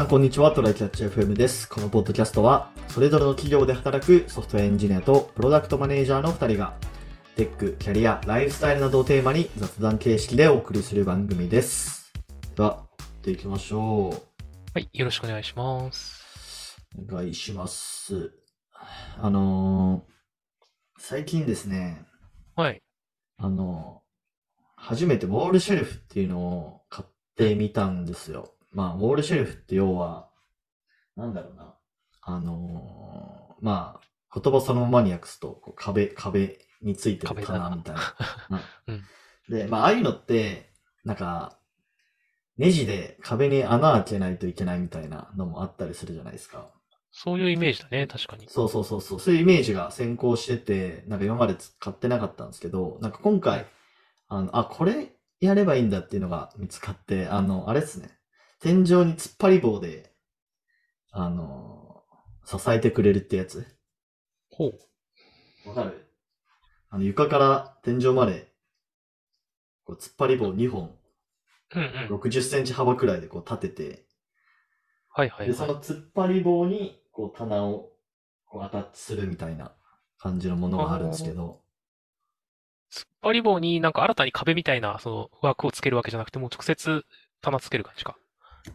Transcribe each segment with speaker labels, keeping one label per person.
Speaker 1: ん、こんにちは。トライキャッチ FM です。このポッドキャストは、それぞれの企業で働くソフトウェアエンジニアとプロダクトマネージャーの2人が、テック、キャリア、ライフスタイルなどをテーマに雑談形式でお送りする番組です。では、やっていきましょう。
Speaker 2: はい、よろしくお願いします。
Speaker 1: お願いします。あのー最近ですね、
Speaker 2: はい。
Speaker 1: あのー初めてウォールシェルフっていうのを買ってみたんですよ。まあ、ウォールシェルフって要は、なんだろうな。あのーまあ、言葉そのままに訳すと、こう壁、壁についてる
Speaker 2: 壁
Speaker 1: 棚
Speaker 2: だな
Speaker 1: みたいな。
Speaker 2: うん
Speaker 1: で、まあ、ああいうのって、なんか、ネジで壁に穴開けないといけないみたいなのもあったりするじゃないですか。
Speaker 2: そういうイメージだね、確かに。
Speaker 1: そうそうそうそう、そういうイメージが先行してて、なんか今まで使ってなかったんですけど、なんか今回、あの、あ、これやればいいんだっていうのが見つかって、あの、あれですね、天井に突っ張り棒で、あの、支えてくれるってやつ。
Speaker 2: ほう。
Speaker 1: わかるあの、床から天井まで、こう突っ張り棒2本、
Speaker 2: うんうん。
Speaker 1: 60センチ幅くらいでこう立てて、
Speaker 2: はいはい
Speaker 1: で、そ
Speaker 2: はい。
Speaker 1: の突っ張り棒に、こう、棚を、こう、アタッチするみたいな感じのものがあるんですけど、
Speaker 2: 突っ張り棒になんか新たに壁みたいな、その枠をつけるわけじゃなくて、もう直接棚つける感じか。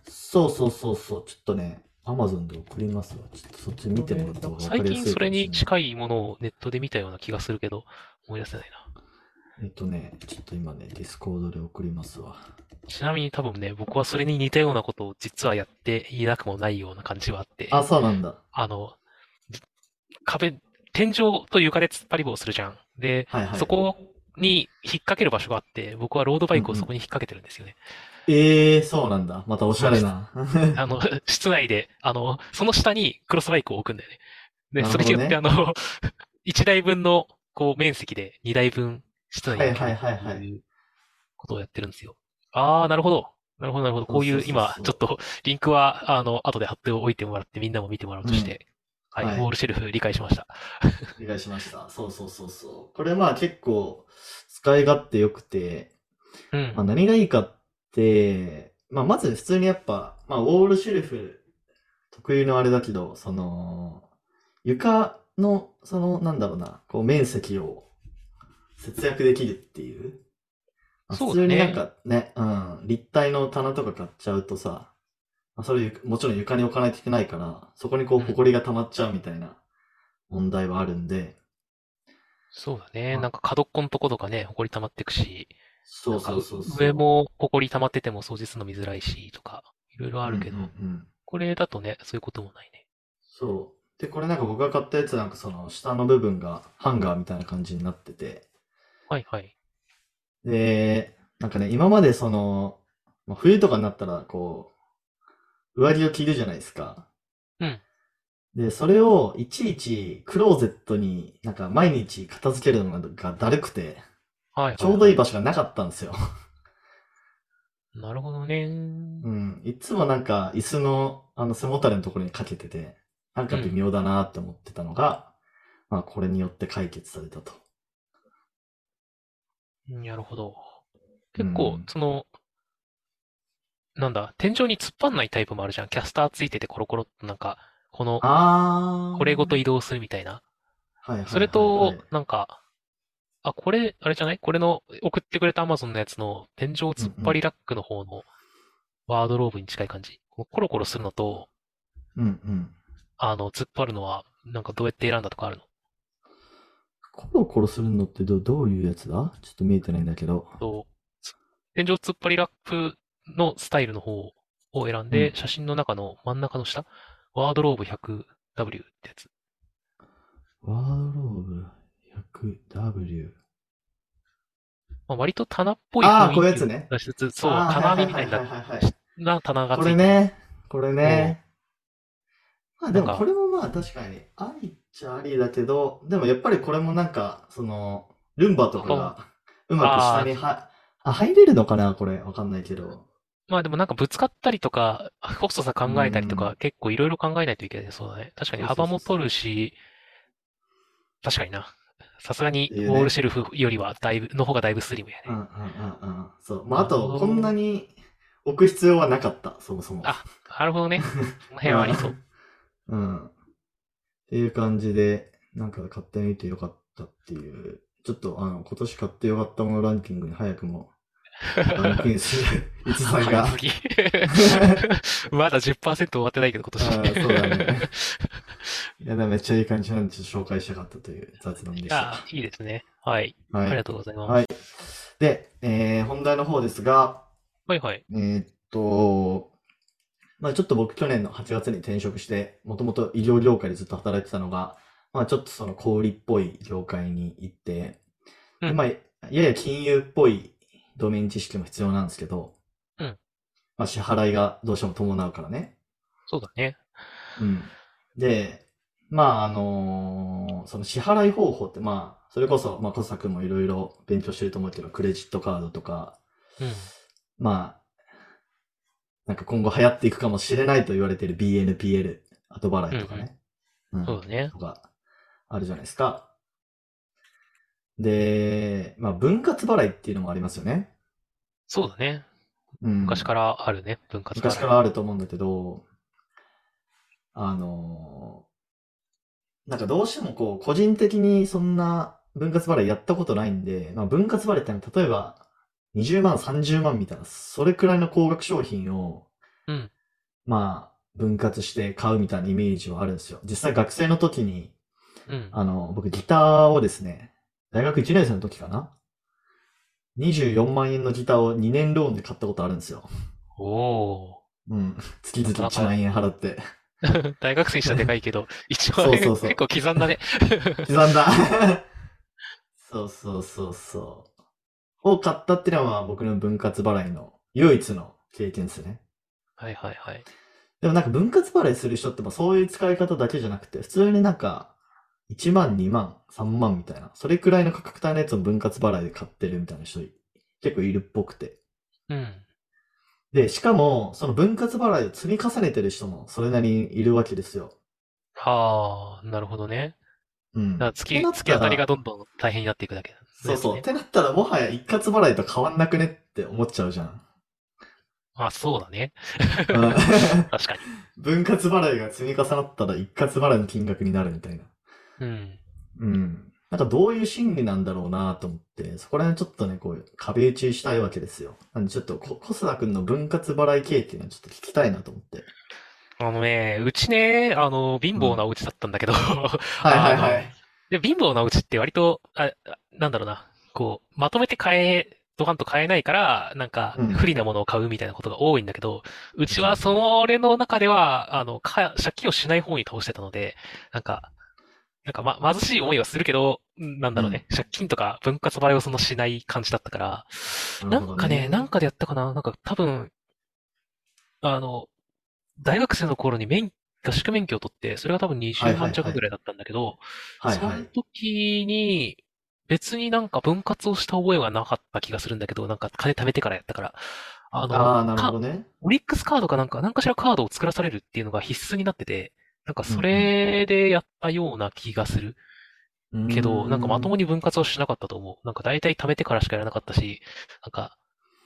Speaker 1: そうそうそうそう、ちょっとね、アマゾンで送りますわ。ちょっとそっち見てもらった方が分か
Speaker 2: 最
Speaker 1: りや
Speaker 2: 近
Speaker 1: すい
Speaker 2: そ
Speaker 1: か
Speaker 2: れ
Speaker 1: もしれ
Speaker 2: に
Speaker 1: ない。
Speaker 2: 近いものをネットで見たような気がするけど、思い出せないな。
Speaker 1: えっとね、ちょっと今ね、ディスコードで送りますわ。
Speaker 2: ちなみに多分ね、僕はそれに似たようなことを実はやっていなくもないような感じはあって、
Speaker 1: あ、そうなんだ。
Speaker 2: あの、壁、天井と床で突っ張り棒をするじゃん。で、
Speaker 1: はいはい。
Speaker 2: そこに引っ掛ける場所があって、僕はロードバイクをそこに引っ掛けてるんですよね。
Speaker 1: ええー、そうなんだ。またおしゃれな。
Speaker 2: あの、 室内で、あの、その下にクロスバイクを置くんだよね。で、
Speaker 1: なる
Speaker 2: そ
Speaker 1: ほど
Speaker 2: れ
Speaker 1: ね
Speaker 2: によって、あの、1台分の、こう、面積で2台分室内に置ける
Speaker 1: はいはいはいはい
Speaker 2: っていうことをやってるんですよ。あー、なるほど。なるほど、なるほど。こういう、
Speaker 1: そうそうそう
Speaker 2: 今、ちょっと、リンクは、あの、後で貼っておいてもらって、みんなも見てもらうとして、はい、
Speaker 1: はい
Speaker 2: ウォールシェルフ理解しました。
Speaker 1: お願いしました。そうそうそうそう。これまあ結構、使い勝手良くて、
Speaker 2: うん
Speaker 1: まあ、。何がいいかって、まあ、まず普通にやっぱ、まあ、ウォールシェルフ特有のあれだけど、その、床の、その、なんだろうな、こう、面積を節約できるっていう。まあ
Speaker 2: そ
Speaker 1: 普
Speaker 2: うだ
Speaker 1: 通
Speaker 2: ね
Speaker 1: になんかね、うん、立体の棚とか買っちゃうとさ、まあ、それゆもちろん床に置かないといけないから、そこにこう、
Speaker 2: うん
Speaker 1: 埃が溜まっちゃうみたいな問題はあるんで、
Speaker 2: そうだね。
Speaker 1: まあ
Speaker 2: なんか角っこのとことかね、埃溜まってくし、
Speaker 1: そうそうそうそう。
Speaker 2: 上も埃溜まってても掃除するの見づらいしとか、いろいろあるけど、
Speaker 1: うんうんうん
Speaker 2: これだとね、そういうこともないね。
Speaker 1: そう。で、これなんか僕が買ったやつなんかその下の部分がハンガーみたいな感じになってて。
Speaker 2: はいはい。
Speaker 1: で、なんかね、今までその、まあ冬とかになったらこう、上着を着るじゃないですか。
Speaker 2: うん。
Speaker 1: で、それをいちいちクローゼットになんか毎日片付けるのがだるくて、
Speaker 2: はいはい。
Speaker 1: ちょうどいい場所がなかったんですよ。
Speaker 2: なるほどね。
Speaker 1: うん。いつもなんか椅子のあの背もたれのところにかけてて、なんか微妙だなって思ってたのが、まあこれによって解決されたと。
Speaker 2: なるほど。結構
Speaker 1: うん、
Speaker 2: その、なんだ、天井に突っ張んないタイプもあるじゃん。キャスターついててコロコロっとなんか、この、
Speaker 1: あー。
Speaker 2: これごと移動するみたいな。
Speaker 1: はいはいはいはい
Speaker 2: それと、なんか、あ、これ、あれじゃないこれの、送ってくれた Amazon のやつの、天井突っ張りラックの方の、ワードローブに近い感じ。このコロコロするのと、
Speaker 1: うんうん。
Speaker 2: あの、突っ張るのは、なんかどうやって選んだとかあるの
Speaker 1: コロコロするのってどどういうやつだちょっと見えてないんだけど。
Speaker 2: と、つ天井突っ張りラップのスタイルの方を選んで、
Speaker 1: うん
Speaker 2: 写真の中の真ん中の下、ワードローブ 100W ってやつ。
Speaker 1: ワードローブ 100W。
Speaker 2: まあ、割と棚っぽい
Speaker 1: ああ、
Speaker 2: 雰囲
Speaker 1: こういうや
Speaker 2: 気
Speaker 1: つね。
Speaker 2: を出しつつ、そう、
Speaker 1: あー
Speaker 2: 金網み
Speaker 1: は
Speaker 2: た
Speaker 1: い
Speaker 2: い
Speaker 1: はいはい
Speaker 2: な、
Speaker 1: はいはいはい。
Speaker 2: な棚がつ
Speaker 1: こ
Speaker 2: い
Speaker 1: れ
Speaker 2: てる。
Speaker 1: ね。これね。まあで
Speaker 2: なん
Speaker 1: も
Speaker 2: か
Speaker 1: これもまあ確かにありっちゃありだけど、でもやっぱりこれもなんか、その、ルンバとかがうまく下にはあ入れるのかなこれ。わかんないけど。
Speaker 2: まあでもなんかぶつかったりとか、コスト差考えたりと
Speaker 1: うんう
Speaker 2: か、結構いろいろ考えないといけない。そうだね。確かに幅も取るし、確かにな。さすがに
Speaker 1: っていう
Speaker 2: ウ
Speaker 1: ね
Speaker 2: ォールシェルフよりはだいぶ、の方がだいぶスリムや
Speaker 1: うん
Speaker 2: ね。
Speaker 1: うんうんうん。そう。まああ
Speaker 2: なるほ
Speaker 1: と、
Speaker 2: ど
Speaker 1: こんなに置く必要はなかった、そもそも。
Speaker 2: あなるほど ね。この辺はあり そう。
Speaker 1: うん。っていう感じで、なんか買ってみてよかったっていう、ちょっとあの、今年買ってよかったものランキングに早くも、ランクインす る、いつさんが。
Speaker 2: 早すぎまだ10%終わってないけど、今
Speaker 1: あ
Speaker 2: 年。
Speaker 1: ーそうだね。いや、でもめっちゃいい感じなんで、ちょっと紹介したかったという雑談でし
Speaker 2: あ
Speaker 1: た。
Speaker 2: いいですね。はい。あり
Speaker 1: は
Speaker 2: が
Speaker 1: い。
Speaker 2: とうございます。
Speaker 1: はいで、えー本題の方ですが、
Speaker 2: はいはい。
Speaker 1: えーっと、まあちょっと僕去年の8月に転職して、もともと医療業界でずっと働いてたのが、まあちょっとその小売りっぽい業界に行って、で
Speaker 2: うん
Speaker 1: まあ、やや金融っぽいドメイン知識も必要なんですけど、
Speaker 2: うん
Speaker 1: まあ支払いがどうしても伴うからね。
Speaker 2: そうだね。
Speaker 1: うん。で、まああのーその支払い方法ってまあ、それこそ、まあ小坂君もいろいろ勉強してると思うけど、クレジットカードとか、
Speaker 2: うん。
Speaker 1: まあ、なんか今後流行っていくかもしれないと言われている BNPL、後払いとかね。うん
Speaker 2: そうだね。
Speaker 1: とか、あるじゃないですか。で、まあ、分割払いっていうのもありますよね。
Speaker 2: そうだね。
Speaker 1: うん、
Speaker 2: 昔からあるね、分割払い
Speaker 1: 昔からあると思うんだけど、あのーなんかどうしてもこう、個人的にそんな分割払いやったことないんで、まあ分割払いってのは例えば20万、30万みたいな、それくらいの高額商品を、
Speaker 2: うん
Speaker 1: まあ、分割して買うみたいなイメージはあるんですよ。実際学生の時に、
Speaker 2: うん。
Speaker 1: あの、僕ギターをですね、大学1年生の時かな ?24 万円のギターを2年ローンで買ったことあるんですよ。
Speaker 2: おお
Speaker 1: うん。月々1万円払 って。
Speaker 2: ー。大学生にしたらでかいけ ど、一応
Speaker 1: そう
Speaker 2: ね
Speaker 1: そうそう
Speaker 2: 結構刻んだね。
Speaker 1: 刻んだ。そうそうそうそう。を買ったってのは僕の分割払いの唯一の経験ですね。
Speaker 2: はいはいはい。
Speaker 1: でもなんか分割払いする人ってまあそういう使い方だけじゃなくて、普通になんか1万、2万、3万みたいな、それくらいの価格帯のやつを分割払いで買ってるみたいな人結構いるっぽくて。
Speaker 2: うん。
Speaker 1: で、しかもその分割払いを積み重ねてる人もそれなりにいるわけですよ。
Speaker 2: はあ、なるほどね。
Speaker 1: うん。
Speaker 2: だから月、
Speaker 1: ってなったら
Speaker 2: 月当たりがどんどん大変になっていくだけだ、
Speaker 1: そうそう。っ
Speaker 2: ね。
Speaker 1: てなったらもはや一括払いと変わんなくねって思っちゃうじゃ ん。
Speaker 2: あ、そう だね。
Speaker 1: うん
Speaker 2: 確かに。
Speaker 1: 分割払いが積み重なったら一括払いの金額になるみたいな。
Speaker 2: うん。
Speaker 1: うん。なんかどういう心理なんだろうなと思って、そこら辺ちょっとね、こう、壁打ちしたいわけですよ。なんでちょっとこ、小須田くんの分割払い経験をちょっと聞きたいなと思って。
Speaker 2: あのね、うちね、あの、貧乏なお家だったんだけど、
Speaker 1: はいはいはい。
Speaker 2: で、貧乏なお家って割と、あ、あなんだろうな、こう、まとめて買え、ドカンと買えないから、なんか
Speaker 1: うん、
Speaker 2: 不利なものを買うみたいなことが多いんだけど、うちはそれの中では、あの、か、借金をしない方に倒してたので、なんか、なんか、ま、貧しい思いはするけど、なんだろうね、借金とか分割払いをそのしない感じだったから、
Speaker 1: な
Speaker 2: な
Speaker 1: るほ
Speaker 2: ん
Speaker 1: ど
Speaker 2: かね、なん
Speaker 1: か、
Speaker 2: かでやったかななんか多分、あの、大学生の頃に免、合宿免許を取って、それが多分
Speaker 1: はい
Speaker 2: 20
Speaker 1: はいはい
Speaker 2: 万弱ぐらいだったんだけど、
Speaker 1: はい
Speaker 2: そ
Speaker 1: は
Speaker 2: の
Speaker 1: い。
Speaker 2: 時に、別になんか分割をした覚えはなかった気がするんだけど、なんか金貯めてからやったから。あの、
Speaker 1: ああ、なる
Speaker 2: か
Speaker 1: ほどね。
Speaker 2: オリックスカードかなんか、なんかしらカードを作らされるっていうのが必須になってて、なんかそれでやったような気がする。けど、なんかまとも
Speaker 1: に。
Speaker 2: に分割をしなかったと思う。なんか大体貯めてからしかやらなかったし、なんか、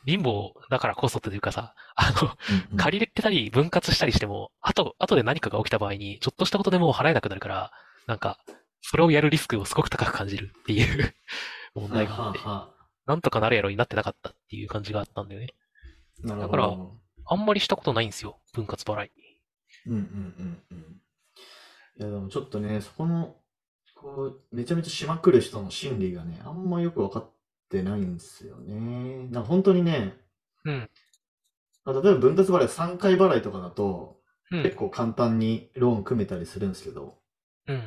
Speaker 2: 貧乏だからこそというかさ、あの、
Speaker 1: うんうん
Speaker 2: 借りてたり分割したりしても、あと、後で何かが起きた場合に、ちょっとしたことでもう払えなくなるから、なんか、それをやるリスクをすごく高く感じるっていう 問題があ
Speaker 1: は
Speaker 2: って
Speaker 1: あ、は
Speaker 2: なんとかなるやろになってなかったっていう感じがあったんだよね。
Speaker 1: あなる
Speaker 2: だ
Speaker 1: ほ
Speaker 2: から
Speaker 1: ど。
Speaker 2: あんまりしたことないんですよ、分割払い。
Speaker 1: うんうんうんうん。いやでもちょっとね、そこの、こう、めちゃめちゃしまくる人の心理がね、あんまよくわかってないんですよね。なんか本当にね、
Speaker 2: うん。
Speaker 1: まあ例えば分割払い3回払いとかだと、
Speaker 2: う
Speaker 1: 結
Speaker 2: ん。
Speaker 1: 構簡単にローン組めたりするんですけど、
Speaker 2: うん。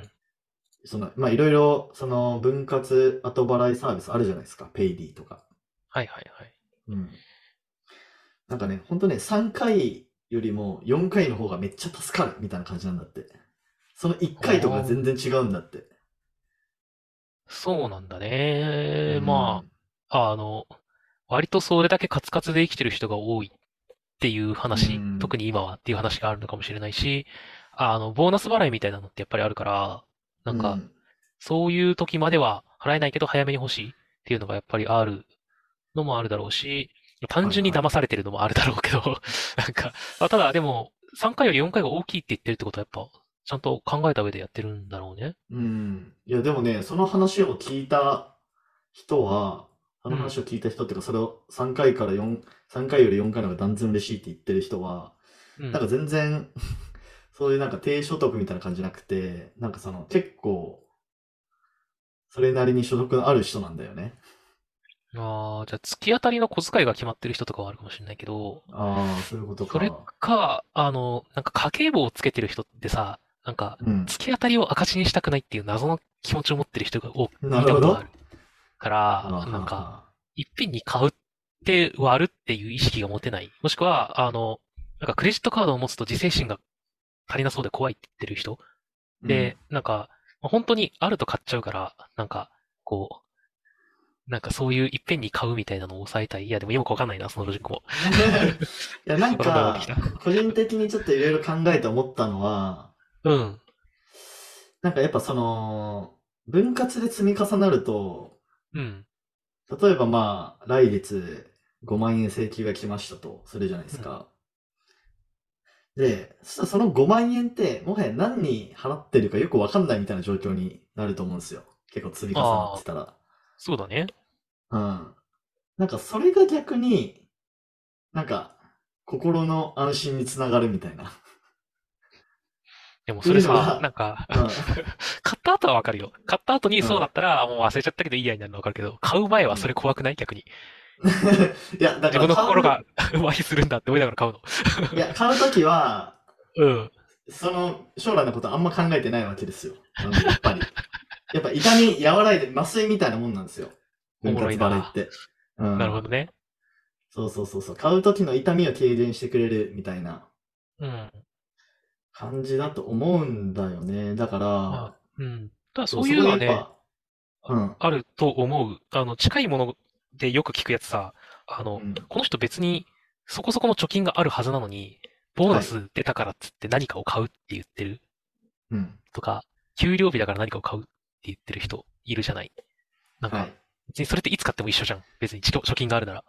Speaker 1: その、まあいろいろ、その分割後払いサービスあるじゃないですか、ペイディとか。
Speaker 2: はいはいはい。
Speaker 1: うん。なんかね、本当ね、3回よりも4回の方がめっちゃ助かるみたいな感じなんだって。その1回とかが全然違うんだって。
Speaker 2: そうなんだね。
Speaker 1: うん
Speaker 2: まあ、あの、割とそれだけカツカツで生きてる人が多いっていう話、
Speaker 1: うん
Speaker 2: 特に今はっていう話があるのかもしれないし、あの、ボーナス払いみたいなのってやっぱりあるから、なん
Speaker 1: う
Speaker 2: か、そういう時までは払えないけど早めに欲しいっていうのがやっぱりあるのもあるだろうし、単純に騙されてるのもあるだろうけど、 なんか、まあ、ただでも、3回より4回が大きいって言ってるってことはやっぱ、ちゃんと考えた上でやってるんだろうね。
Speaker 1: うん。いや、でもね、その話を聞いた人は、あの話を聞いた人っていうか、それを3回から4、3回より4回の方が断然嬉しいって言ってる人は、
Speaker 2: うん。
Speaker 1: なんか全然、 そういうなんか低所得みたいな感じじゃなくて、なんかその結構、それなりに所得のある人なんだよね。
Speaker 2: ああ、じゃあ、月当たりの小遣いが決まってる人とかはあるかもしれないけど、
Speaker 1: ああ、そういうこと
Speaker 2: それ
Speaker 1: か。
Speaker 2: か、あの、なんか家計簿をつけてる人ってさ、なんか、
Speaker 1: うん。
Speaker 2: 月当たりを赤字にしたくないっていう謎の気持ちを持ってる人が多く見
Speaker 1: な
Speaker 2: た
Speaker 1: るほ
Speaker 2: こと
Speaker 1: ど
Speaker 2: がある。から、なんか、いっぺんに買うって割るっていう意識が持てない。もしくは、あの、なんかクレジットカードを持つと自制心が足りなそうで怖いって言ってる人。
Speaker 1: うん
Speaker 2: で、なんか、まあ本当にあると買っちゃうから、なんか、こう、なんかそういういっぺんに買うみたいなのを抑えたい。いや、でもよくわかんないな、そのロジックも。
Speaker 1: いや、なん
Speaker 2: 言葉が出て
Speaker 1: か
Speaker 2: きた、
Speaker 1: 個人的にちょっといろいろ考えて思ったのは、
Speaker 2: うん。
Speaker 1: なんかやっぱその、分割で積み重なると、
Speaker 2: うん。
Speaker 1: 例えばまあ、来月5万円請求が来ましたとするじゃないですか。で、そしたらその5万円って、もはや何に払ってるかよくわかんないみたいな状況になると思うんですよ。結構積み重なってたら。
Speaker 2: そうだね。
Speaker 1: うん。なんかそれが逆に、なんか、心の安心につながるみたいな。
Speaker 2: でもそれ
Speaker 1: いいの
Speaker 2: さ
Speaker 1: が、
Speaker 2: なんか、
Speaker 1: うん。
Speaker 2: 買った後はわかるよ。買った後にそうだったら、もう忘れちゃったけどいいやになるのわかるけど、買う前はそれ怖くない逆に。
Speaker 1: いや、だか
Speaker 2: 自
Speaker 1: ら
Speaker 2: 分の
Speaker 1: 買う
Speaker 2: 心が 麻痺するんだって思いながら買うの。
Speaker 1: いや、買うときは、
Speaker 2: うん。
Speaker 1: その将来のことあんま考えてないわけですよ。なんでやっぱ り。やっぱ痛み和らいで麻酔みたいなもんなんですよ。
Speaker 2: お
Speaker 1: 分
Speaker 2: もろい
Speaker 1: 割
Speaker 2: な
Speaker 1: 払いって。うん、
Speaker 2: なるほどね。
Speaker 1: そうそうそうそう。買う時の痛みを軽減してくれるみたいな
Speaker 2: うん。
Speaker 1: 感じだと思うんだよね。だから、
Speaker 2: あうん。ただそういうのは
Speaker 1: こがや
Speaker 2: ね、
Speaker 1: っぱ、うん。
Speaker 2: あると思う。あの、近いものでよく聞くやつさ、あの、
Speaker 1: うん
Speaker 2: この人別にそこそこの貯金があるはずなのに、ボーナス出たからっつって何かを買うって言ってる
Speaker 1: うん。
Speaker 2: とか、給料日だから何かを買うって言ってる人いるじゃない。なん
Speaker 1: は
Speaker 2: か
Speaker 1: い、。
Speaker 2: 別にそれっていつ買っても一緒じゃん。別に貯貯金があるなら。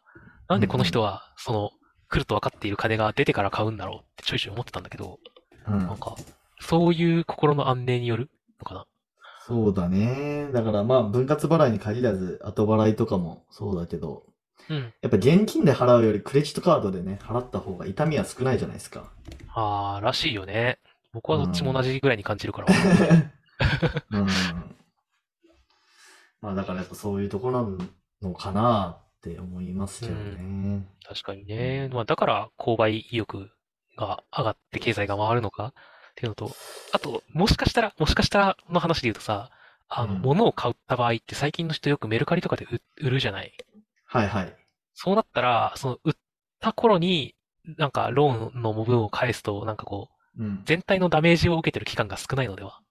Speaker 2: なんでこの人は、その、来ると分かっている金が出てから買うんだろうってちょいちょい思ってたんだけど、
Speaker 1: う
Speaker 2: なん
Speaker 1: ん。
Speaker 2: か、そういう心の安寧によるのかな。
Speaker 1: そうだね。だからまあ、分割払いに限らず、後払いとかもそうだけど、
Speaker 2: うん。
Speaker 1: やっぱ現金で払うよりクレジットカードでね、払った方が痛みは少ないじゃないですか。
Speaker 2: あー、らしいよね。僕はどっちも同じぐらいに感じるから。
Speaker 1: うん。まあだからやっぱそういうとこなのかなって思いますけどね。
Speaker 2: 確かにね。まあ、だから、購買意欲が上がって経済が回るのかっていうのと、あと、もしかしたら、もしかしたらの話で言うとさ、あの、
Speaker 1: うん
Speaker 2: 物を買った場合って最近の人よくメルカリとかで売売るじゃない。
Speaker 1: はいはい。
Speaker 2: そうなったら、その、売った頃に、なんか、ローンの分を返すと、なんかこう、
Speaker 1: うん。
Speaker 2: 全体のダメージを受けてる期間が少ないのでは。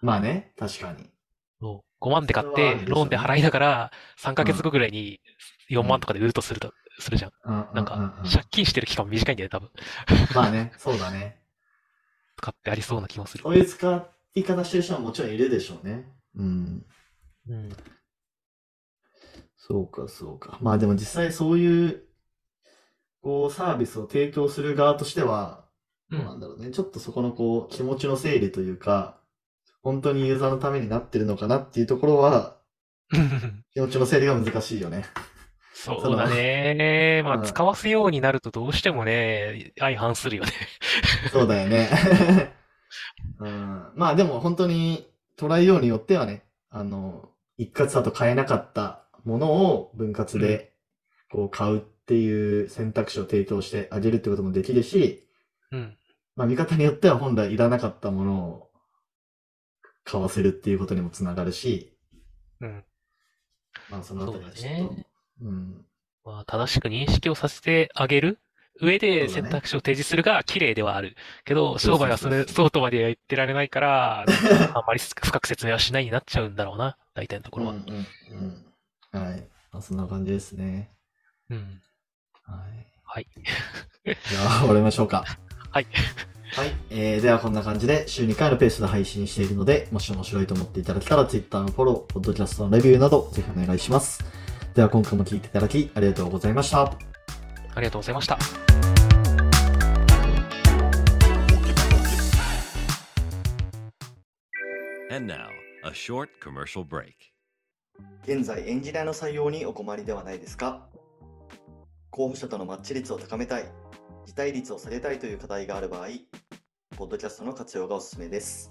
Speaker 1: まあね、確かに。
Speaker 2: そう5万で買っ
Speaker 1: それはあ
Speaker 2: て
Speaker 1: る、でしょうね
Speaker 2: ローンで払いながら、3ヶ月後ぐらいに4万とかで売るとすると、するじゃん。
Speaker 1: うん
Speaker 2: なん
Speaker 1: うう
Speaker 2: か
Speaker 1: う、ん
Speaker 2: 借金してる期間短いんだよね、多分。
Speaker 1: まあね、そうだね。
Speaker 2: とかってありそうな気もする。
Speaker 1: そういう使い方してる人はもちろんいるでしょうね。うん。
Speaker 2: うん。
Speaker 1: そうか、そうか。まあでも実際そういう、こう、サービスを提供する側としては、
Speaker 2: う
Speaker 1: どうなん
Speaker 2: ん。
Speaker 1: だろうね。ちょっとそこのこう、気持ちの整理というか、本当にユーザーのためになってるのかなっていうところは、気持ちの整理が難しいよね。
Speaker 2: そうだね。まあ、
Speaker 1: うん
Speaker 2: 使わせようになるとどうしてもね、相反するよね。
Speaker 1: そうだよね。 うん、まあでも本当に捉えようによってはね、あの、一括だと買えなかったものを分割でこう買うっていう選択肢を提供してあげるってこともできるし、
Speaker 2: うん。
Speaker 1: まあ見方によっては本来いらなかったものを買わせるっていうことにもつながるし、
Speaker 2: うん。
Speaker 1: まあそのあたりはちょっ
Speaker 2: そう
Speaker 1: と、
Speaker 2: だね
Speaker 1: うん、
Speaker 2: まあ、正しく認識をさせてあげる上で
Speaker 1: そうだね
Speaker 2: 選択肢を提示するが綺麗ではある。けど、
Speaker 1: そうそうそう
Speaker 2: 商売はそれ、そうとまでは言ってられない から、なんかあんまり深く説明はしないになっちゃうんだろうな。大体のところは
Speaker 1: うん。うんうんはい。まあそんな感じですね。
Speaker 2: うん。
Speaker 1: はい。
Speaker 2: はい。
Speaker 1: じゃあ、終わりましょうか。
Speaker 2: はい。
Speaker 1: はい。えー、ではこんな感じで、週2回のペースで配信しているので、もし面白いと思っていただけたら、Twitter のフォロー、ポッドキャストのレビューなど、ぜひお願いします。では、今回も聞いていただき、ありがとうございました。
Speaker 2: ありがとうございました。
Speaker 3: And now, a short commercial break.
Speaker 1: 現在エンジニアの採用にお困りではないですか候補者とのマッチ率を高めたい辞退率を下げたいという課題がある場合ポッドキャストの活用がおすすめです